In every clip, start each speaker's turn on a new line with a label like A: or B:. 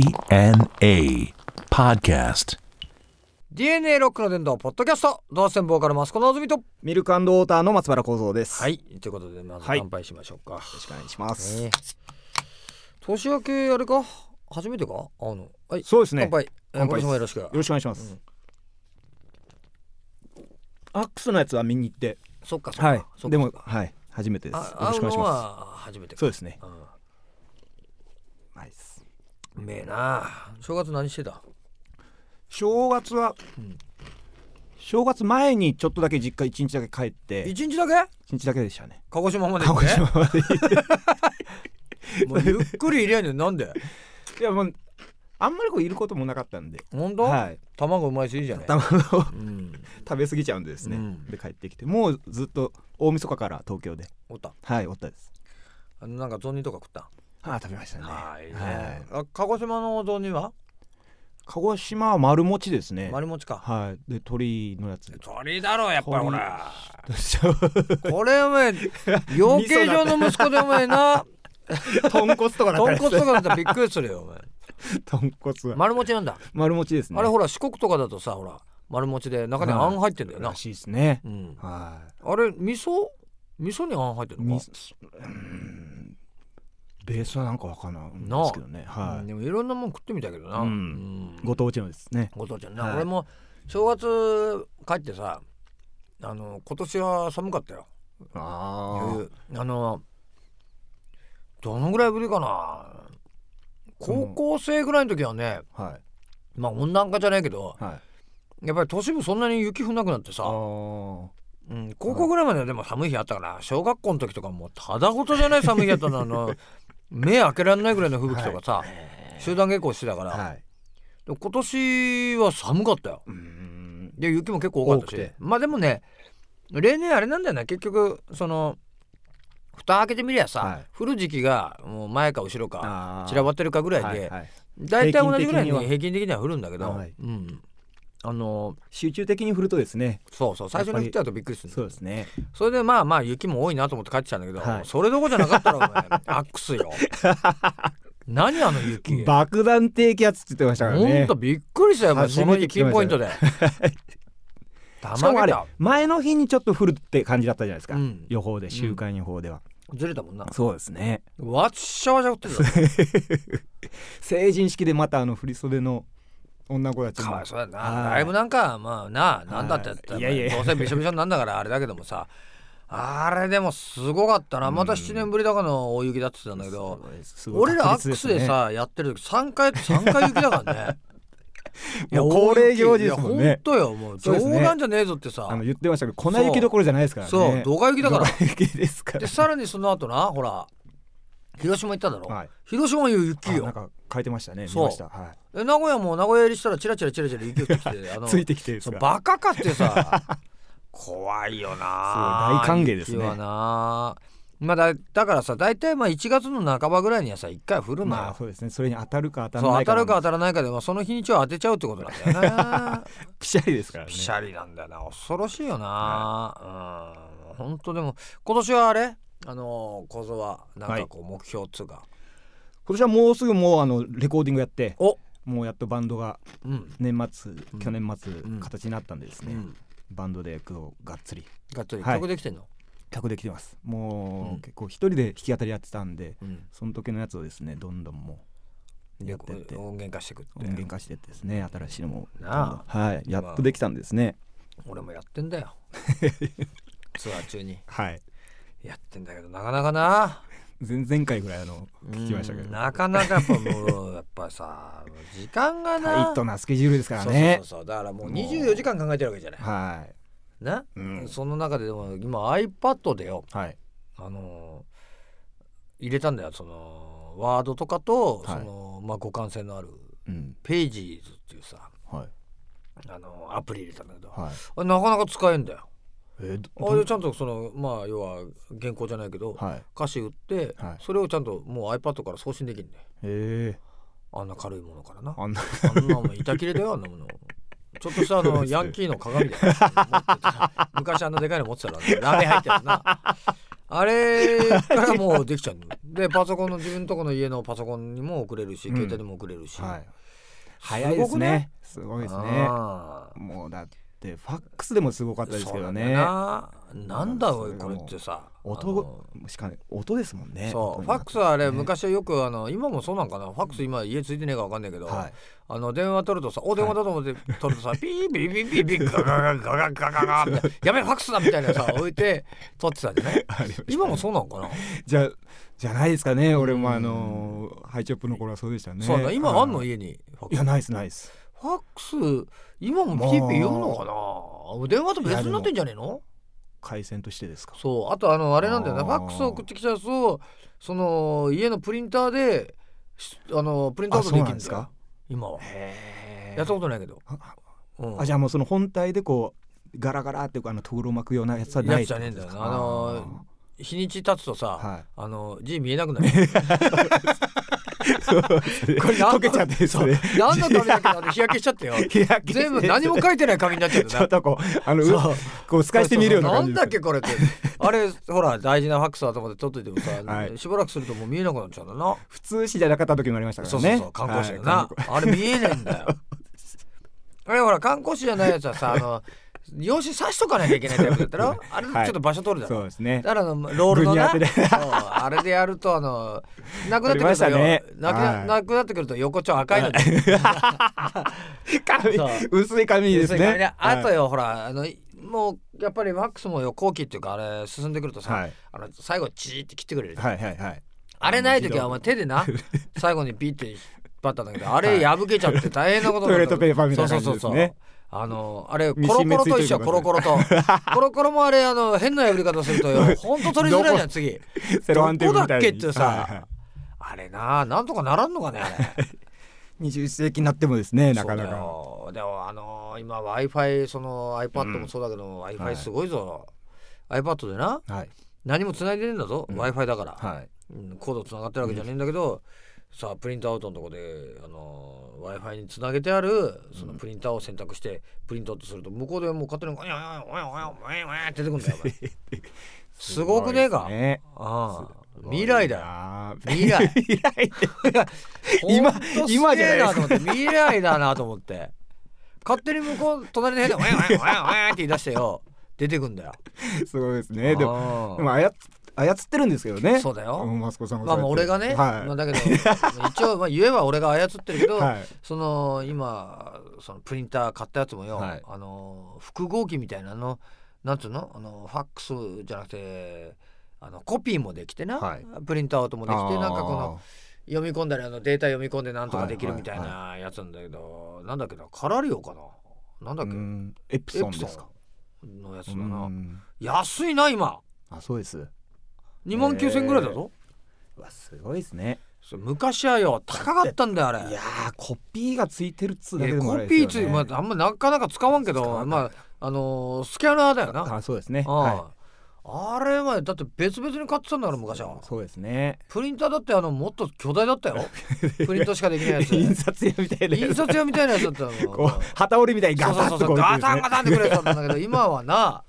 A: DNA Podcast.
B: DNA ロックの伝道ポッドキャスト同線ボーカルマスコのあずみと
C: ミルクウォーターの松原幸三です。。
B: はい
C: よ
B: いということでまず
C: はい
B: 乾杯しましょうか、
C: ろしくお願いします。
B: ね年明けあれか初めてか会うのはい
C: そうですね。
B: 乾
C: よ
B: 杯乾
C: 乾杯
B: 杯
C: です
B: もよろしく
C: ろしくお願いします。アックスのやつは見に行って、
B: そっかそっか
C: はい
B: そっ。か
C: でもはい初めてです。よ
B: あ
C: ろし
B: 会う
C: くお願いし
B: の
C: ま
B: は初めてか
C: す。そうですね。
B: うん
C: ナイス。
B: うめえな正月何してた
C: 正月は、
B: うん
C: 正月前にちょっとだけ実家一日だけ帰って、
B: 一日だけ
C: 一日だけでしたね。
B: 鹿児島まで
C: 鹿
B: 行っ
C: 児
B: て
C: 島まで行って。
B: もうゆっくり入れんねんなんで
C: いやもうあんまりこういることもなかったんで、
B: 本当、
C: はい。
B: 卵うまいしいいじゃない
C: 卵を
B: う ん
C: 食べ過ぎちゃうんでですね。
B: うん
C: で帰ってきて、もうずっと大晦日から東京で、
B: おった
C: はいおったです。
B: あのなんか雑煮とか食った
C: ああ食べましたね。
B: はいね、
C: はい
B: あ鹿児島の雑煮は
C: 鹿児島は丸餅ですね。
B: 丸餅か
C: はい。で鳥のやつ。
B: 鳥だろやっぱりほらこれお 前養
C: 噌
B: 鶏場の息子でお前な
C: 豚骨とか
B: 豚骨と
C: と
B: かだったらびっくりするよお前
C: 豚骨は
B: 丸餅なんだ、
C: 丸餅ですね。
B: あれほら四国とかだとさほら丸餅で中にあん入ってんだよな、
C: らしいですね
B: う。ん、
C: は
B: あれ味噌味噌にあん入って
C: い。
B: るの
C: み
B: か、
C: うんベースはなんかわかんないんですけどね。は
B: うん
C: い。
B: でもいろんなもん食ってみたけどな、
C: うん
B: うん
C: ご当地のですね。
B: ご父ちゃんな、
C: はい
B: 俺も正月帰ってさあの今年は寒かったよ
C: あ
B: いうあのどのぐらいぶりかな高校生ぐらいの時はね
C: あ。はい
B: まあ温暖化じゃないけど
C: はい。
B: やっぱり都市部そんなに雪降んなくなって
C: あ
B: さ、
C: ー
B: うん、高校ぐらいまではでも寒い日あったから小学校の時とかもうただごとじゃない寒い日やったのあ の目開けられないぐらいの吹雪とかさ、集団下校してたから、
C: はい。
B: でも今年は寒かったよ
C: うーん。
B: で雪も結構多かった
C: 多く
B: してまあでもね例年あれなんだよな結局その蓋開けてみりゃさ、
C: はい
B: 降る時期がもう前か後ろか
C: あー
B: 散らばってるかぐらい
C: はい
B: で
C: はい
B: 大体同じぐらいに
C: 平均的には
B: 平均的には降るんだけど、
C: はい
B: うん、あの
C: 集中的に振るとですね。
B: そうそう最初に降っちゃうとびっくりする
C: そうですね。
B: それでまあまあ雪も多いなと思って帰ってきたんだけど、
C: はい
B: それどころじゃなかったらお前アックス よ何あの雪
C: 爆弾低気圧って言ってましたからね。
B: ほんとびっくりしたよ、もう
C: 初
B: その
C: めて
B: 日
C: 聞
B: キ
C: き
B: ン
C: ました
B: ポ
C: ね
B: イントでた
C: しかも
B: ま
C: あ
B: げ
C: れ
B: た
C: 前の日にちょっと降るって感じだったじゃないですか、
B: うん
C: 予報で週間予報では、
B: ずれたもんな
C: そうですね
B: わっしゃわしゃ降って るよ
C: 成人式でまたあの振り袖の女の子たち
B: か
C: も
B: わいそうだな、
C: はい
B: ライブなんかまあなあなんだってやったら、
C: はいいやいやいや
B: どうせびしょびしょになんだからあれだけどもさあれでもすごかったなまた7年ぶりだかの大雪だって言ってたんだけど、
C: すごい
B: 俺らアック
C: 確率で
B: ス
C: す
B: で
C: ね
B: さやってる時3回三回雪だから ねいや
C: もう恒例行事ですもんね
B: いや本当よもう
C: そう
B: 冗
C: ですね
B: 談じゃねえぞってさ
C: あの言ってましたけど粉雪どころじゃないですからね
B: そうドカ雪だから
C: ドカ雪ですから
B: でさらにその後なほら広島行っただろ、
C: はい
B: 広島いう
C: あ
B: 雪
C: なん
B: よ
C: か書いてましたね見
B: そう
C: ました、は
B: え名古屋も名古屋入りしたらチラチラチラチラ雪降ってきてあ
C: い、
B: の
C: ついてきてるんです
B: そう
C: か
B: バカかってさ 怖いよな
C: そう大歓迎ですね
B: 雪はなまあだだからさ大体まあ1月の半ばぐらいにはさ1回降るのよ、
C: まあそうですねそれに当たるか当た
B: そ
C: ら
B: う
C: な
B: 当
C: いか
B: たるか当たらないかで、まあ、その日にちを当てちゃうってことなん だよな
C: ピシャリですからね
B: ピシャリなんだよな恐ろしいよな、うん本当でも今年はあれあの小僧はなんかこう目標っつうか、
C: 今年はもうすぐもうあのレコーディングやって
B: お
C: もうやっとバンドが
B: うん、
C: 年末、
B: うん
C: 去年末、
B: ん
C: 形になったんでです
B: う
C: ね、
B: ん、
C: バンドでこうがっつり
B: がっつり
C: はい
B: 曲できてんの、
C: 客できてますもう、
B: うん
C: 結構一人で弾き語りやってたんで
B: うん
C: その時のやつをですねどんどんもうやってって
B: 音源化してくって
C: 音源化してってですね新しいのも
B: な
C: はいやっとできたんですね
B: 俺もやってんだ よツアー中に
C: はい
B: やってんだけどなかなかな
C: 前々回ぐらいあの聞きましたけ
B: う
C: ど
B: ん
C: タ
B: なかなかやっぱもうやっぱさ時間がな
C: イトなスケジュールですからね
B: そうそうそうだからもう
C: もう
B: 24時間考えてるわけじゃない
C: は
B: な、
C: い、うん
B: その中ででも今 iPad でよ
C: はい
B: あのー入れたんだよそのワードとかと、
C: はい
B: そのまあ互換性のある
C: うん
B: ページーズっていうさ
C: はい
B: あのーアプリ入れたんだけど
C: はい
B: あれなかなか使えんだよ
C: えーど
B: あれちゃんとそのまあ要は原稿じゃないけど、
C: はい
B: 歌詞売って、
C: はい
B: それをちゃんともう iPad から送信できるんだよ
C: え
B: あんな軽いものからな
C: ー、あんな
B: あんなもん板切れだよあんなものちょっとしたあ の ヤンキーの鏡だよ持ってた昔あんなでかいの持ってたらラメ入ってるなあれからもうできちゃうでパソコンの自分とこの家のパソコンにも送れるし、
C: うん
B: 携帯にも送れるし、
C: はい、早いですねすごいですね
B: あー
C: もうだってファックスでもすごかったですけど
B: そう
C: ね
B: なんだよななんだおい
C: うん
B: これってさ
C: 音しかね音ですもん
B: あ
C: ね
B: のそう
C: 音に
B: ファ
C: な
B: ッ
C: って
B: クスはあれ
C: ね
B: 昔はよくあの今もそうなんかなファックス今家ついてねえかわかんないけど、
C: はい
B: あの電話取るとさお電話だと思って取るとさ、ピーピーピーピーピーガガガガガガガガってやべえファックスだみたいなさ置いて取ってたんじゃない
C: ありました
B: 今もそうなんかな、
C: じゃじゃないですかね俺もあのーハイチョップの頃はそうでしたね
B: そうなんだ今あんの
C: い
B: 家にファックス
C: やないですないです
B: ファックス今もピーピー言うのかな電話と別になってんじゃねえの
C: 回線としてですか
B: そうあとあのあれなんだよね
C: あ
B: フ
C: ー
B: ァックスを送ってきたやつをその家のプリンターでしあのプリントアウトでき
C: あそう
B: るん
C: なんで
B: ですす
C: か
B: か今は
C: へ
B: やったことないけど、
C: あ
B: うん
C: あじゃあもうその本体でこうガラガラっていうかあのとぐろ巻くようなやつはない
B: やつじゃねえんだよなあ
C: あ
B: の日にち経つとさ、
C: ーはい
B: あの字見えなくな るこれ
C: 溶けちゃってそれ
B: 何の紙だっけなって日焼けしちゃ ったよ全部何も書いてない紙になっちゃうよ
C: ち
B: な
C: ょっとこうあのう
B: そう
C: こう透かしてみるような感じ
B: んだっけこれってあれほら大事なファックスだと思って取っといてもさ、
C: はい
B: しばらくするともう見えなくなっちゃうんだな、
C: 普通紙じゃなかった時もありましたか
B: そ
C: ら
B: うそう
C: ね
B: そう観光誌だよな、
C: はい観
B: あれ見えねえん だよあれほら観光誌じゃないやつはさあの用紙刺しとかなきゃいけないタイプだったろあれちょっと場所取る
C: 光
B: だろ、
C: そうですね
B: だからあのロールのな
C: 具に当て
B: そうあれでやるとあのなくなってくると
C: ありました
B: よ、
C: ね
B: なく
C: は
B: ないなくなってくると横丁赤いのに
C: 紙
B: そう
C: 薄い紙 です
B: 要するに
C: ね
B: ねあと
C: はい
B: よ、ほらあのいもうやっぱりワックスもよ後期っていうかあれ進んでくるとさ、
C: はい
B: あの最後チーって切ってくれる、
C: はいはいはい
B: あれない時はお前手で な最後にビッて引っ張ったんだけどあれ破けちゃって大変なことになった
C: トイレットペーパーみたいな感じですね
B: そうそうそうそうあのあれコ
C: ミ
B: ロ
C: シ
B: コ
C: ン目
B: ロ
C: つい
B: と
C: てる
B: 一緒
C: と
B: コ
C: こ
B: ロ
C: ろ
B: コロとコロコロもあれあの変な破り方するとよほんと取りづらいじゃん次
C: セロハンテープみたいに
B: どこだっけってさ
C: はいはい
B: あれななんとかならんのかねあれ
C: 21世紀になってもですね なかな
B: そうだよで
C: か
B: もあのー今 w i f i その iPad もそうだけど、w i f
C: は
B: i
C: い
B: すごいぞ、iPad でな
C: はい
B: 何も繋いでねえんだぞ、
C: うん
B: w i f i だから、
C: はい
B: うん、コード繋がってるわけじゃねえんだけど、さあプリントアウトのとこで、あの w i f i に繋げてあるそのプリンターを選択してプリントアウトすると向こうでもう勝手に「おやおやおやおやおやおや」って出てくるんだよお前 すごくねえか、
C: ね
B: ああ未来だよ
C: よ
B: 未来
C: 未来で今
B: 今今
C: 今
B: じ
C: じゃ
B: ゃないいですす
C: なでか
B: か未来だなと思って勝手に向こう隣の部屋で「おやおやおやおや」って言い出してよ出てくんだよ
C: すごいですねで
B: も
C: もでも操操ってるんですけどね
B: そうだよ
C: んマスコさんが
B: まあまあ俺がね、まあ、
C: は
B: だけど一応まあ言えば俺が操ってるけ
C: い
B: ど、
C: はい
B: その今そのプリンター買ったやつもよ、
C: はい
B: あの複合機みたいなのなんつうのあのファックスじゃなくてあのコピーもできてな、
C: はい
B: プリントアウトもできてなんかこの
C: あ
B: 読み込んだりあのデータ読み込んでなんとかできる
C: はい
B: み
C: は
B: た
C: い
B: いなやつなんだけど、なんだっけなカラリオかななんだ
C: ー
B: っけ、
C: うんエプソンですか
B: ンのやつだ
C: う
B: な、
C: ん
B: 安いな今
C: あそうです
B: 2万9千ぐらいだぞ、
C: うわすごいですね
B: それ昔はよ高かったんだよあれ
C: いやーコピーがついてるっつうだ
B: え
C: けでも
B: コ
C: あれで
B: ピー
C: す
B: つ
C: よ
B: い
C: ね
B: まあ、あんまなかなか使わんけ
C: 使わ
B: ど
C: ん
B: まああのースキャナーだよな
C: あそうですね
B: あ
C: は
B: ああれはだって別々に買ってたんだから昔はい
C: そうですね
B: プリンターだってあのもっと巨大だ ったよプリントしかできないやつ
C: 印刷屋みたいなやつ
B: 印刷屋みたいなやつだったの
C: こう旗折りみたいに
B: そ
C: ガ
B: うそう
C: サ
B: そうそう
C: ッとこう
B: ガタンガタンってくれたんだ けど今はな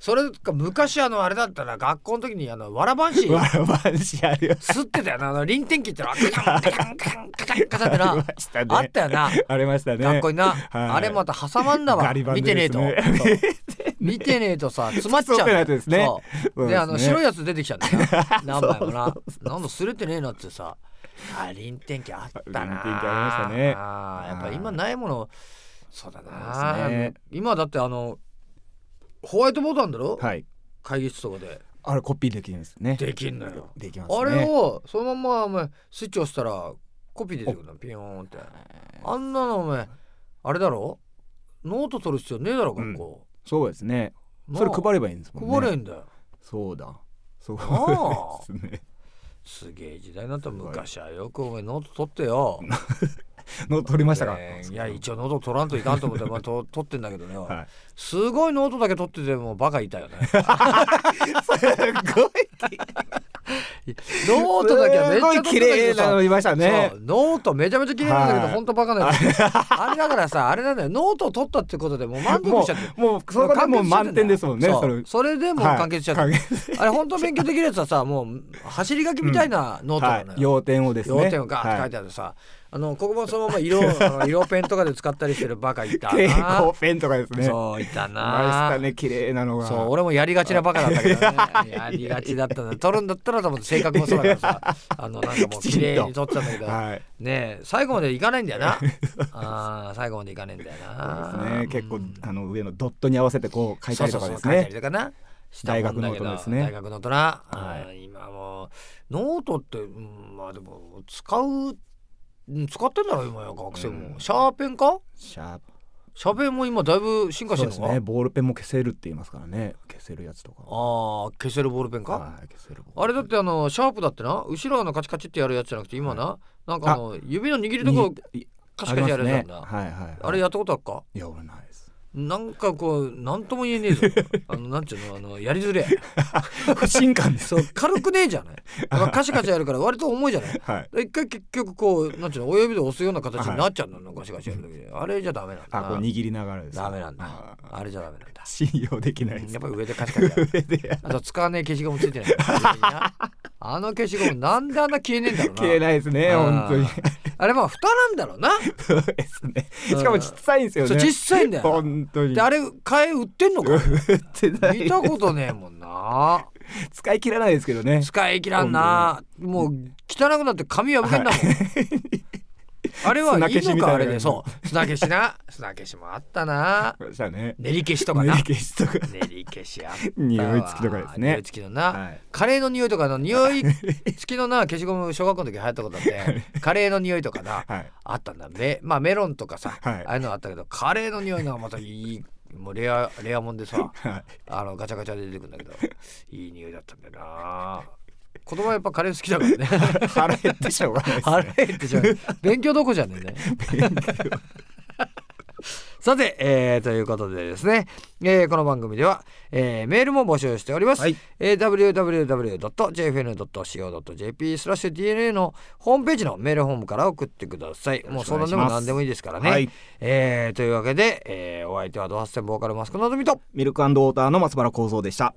B: それか昔あのあれだったら学校の時にあのわらばんし
C: わらばんしありま
B: 吸ってたよなあの臨転機ってのはカタンカタンカタンカタンカタ ンってな
C: したね
B: あったよな
C: ありましたね
B: 学校にな、
C: はい
B: あれまた挟まんだわ
C: ガリバン
B: 見
C: で
B: てねえと
C: ですね
B: そう 見てねえとさ詰まっち
C: そう
B: ゃ
C: ってな
B: う
C: やつですね
B: そう
C: そう
B: であの
C: ですね
B: 白いやつ出てきちゃうんだよ な何枚もななんだ擦れてねえなってさあ臨転機あったな
C: 臨転機ありましたね
B: あーやっぱ今ないものそうだ
C: そ
B: な
C: うですね
B: 今だってあのホワイトボードあんだろ、
C: はい
B: 会議室とかで
C: あれコピーできるんですね
B: できんのよ
C: できますね
B: あれをそのままお前スイッチ押したらコピー出てくるのピヨーンってあんなのお前あれだろノート取る必要ねえだろ学校、
C: そうですねそれ配
B: れ
C: ればいいんですもんね
B: 配れんだよ
C: そうだそう
B: あ
C: ですね
B: すげえ時代になった昔はよくお前ノート取ってよ
C: の取りましたか
B: ねえいや一応ノート取らんといかんと思って、まあ、 と取ってんだけどね、
C: はい
B: すごいノートだけ取 っててもうバカいたよね
C: すごい
B: ノートだけはめっちゃ撮っ
C: すごい
B: てたけ
C: 綺
B: どさ
C: 麗なのいましたね
B: そうノートめちゃめちゃ綺麗なんだけど
C: はい
B: 本当バカなやつ あれだからさあれなんだよノートを取ったってことでもう満足し
C: も
B: ちゃって
C: うもうそこでもう満点ですもんね
B: そう
C: それ
B: それでもう完結しちゃって、
C: はい
B: あれ本当勉強できるやつはさもう走り書きみたいなノートなのよ、
C: はい要点をですね
B: 要点をガーって書いてあるさ、あの国語そのまま 色をあの色ペンとかで使ったりしてるバカいた
C: 蛍
B: な
C: 光ペンとかですね
B: そういた
C: あ
B: な
C: したね綺麗なのが
B: そう俺もやりがちなバカだったけど ねやりがちだったな取るんだったらと思って性格もそうだから さあのなんかもう
C: きちんと
B: 綺麗に取っちゃうんだけど、
C: はい
B: ねえ最後までいかないんだよ なあー最後までいかねえんだよ
C: です
B: な
C: ね結構
B: うん
C: あの上のドットに合わせてこう書いたりとかです
B: そうそうそう書いた
C: ね
B: りとかなしたもんだけど
C: 大学ノートですね
B: 大学ノートな、
C: はい
B: うん今もうノートって、うんまあでも使ううん使ってんだろ今や学生も、
C: うん
B: シャーペンか
C: シャープ
B: シャーペンも今だいぶ進化し
C: そ
B: てる
C: うで
B: の
C: す
B: か、
C: ねボールペンも消せるって言いますからね消せるやつとか
B: ああ消せるボールペンか、
C: はい消せる
B: あれだってあのシャープだってな後ろのカチカチってやるやつじゃなくて今な、なんかあの指の握りとこ
C: に
B: カチカチやるやつなんだあ,、
C: ありますねはいはいはい
B: れやったことあっか
C: いや俺ないです
B: なんかこうなんとも言えねえぞあのなんちゅうのあのやりづれえ
C: 不信 感です
B: そう軽くねえじゃないだからカシャカシャやるから割と重いじゃない
C: はい
B: 一回結局こうなんちゅうの親指で押すような形になっちゃうの、ガシガシやる時であれじゃダメなんだ
C: あこう握りながらです
B: ダメなんだ
C: あー
B: あれじゃダメなんだ
C: 信用できないです
B: やっぱり上でカシカシやる
C: 上で
B: あと使わねえ消しゴムついて ないからあの消しゴムなんであんな消えねえんだろうな
C: 消えないですね
B: あー
C: 本当に
B: あれまあ蓋なんだろうな
C: そうですね
B: うん
C: しかも小さいんですよ
B: そう
C: ね
B: 実際んだよ
C: 本当に
B: であれ替え売ってんのか
C: 売ってない
B: 見たことねえもんな
C: 使い切らないですけどね
B: 使い切らんなもう汚くなって髪破けんだもん、 あれはいい
C: 砂消し
B: の
C: み
B: か
C: たいな
B: あれでそう砂消しな砂消しもあったな
C: そうでしたね
B: 練り消しとか
C: 練
B: な
C: り消しとか
B: 練り消しあったわ
C: 匂い付きとかですね
B: 匂い付きのな、
C: はい
B: カレーの匂いとかの匂い付きのな消しゴム小学校の時流行ったことあってカレーの匂いとかな
C: はい
B: あったんだめまあメロンとかさ、
C: はい
B: ああいうのあったけどカレーの匂いがまたいいもうレアレアもんでさ
C: はい
B: あのガチャガチャで出てくるんだけ どいい匂いだったんだよな子供はやっぱカレー好きだからね
C: 腹減ってしょうがないで す
B: カレーってじゃ勉強どこじゃねえねさて、えーということでですね、えーこの番組では、えーメールも募集しております、
C: はい
B: えー www.jfn.co.jp スラッシュ DNA のホームページのメールフォームから送ってくださいもう相談でも何でもいいですからね、
C: はい
B: えーというわけで、えーお相手はドハッセンボーカルマスクのぞみと
C: ミルクウォーターの松原幸三でした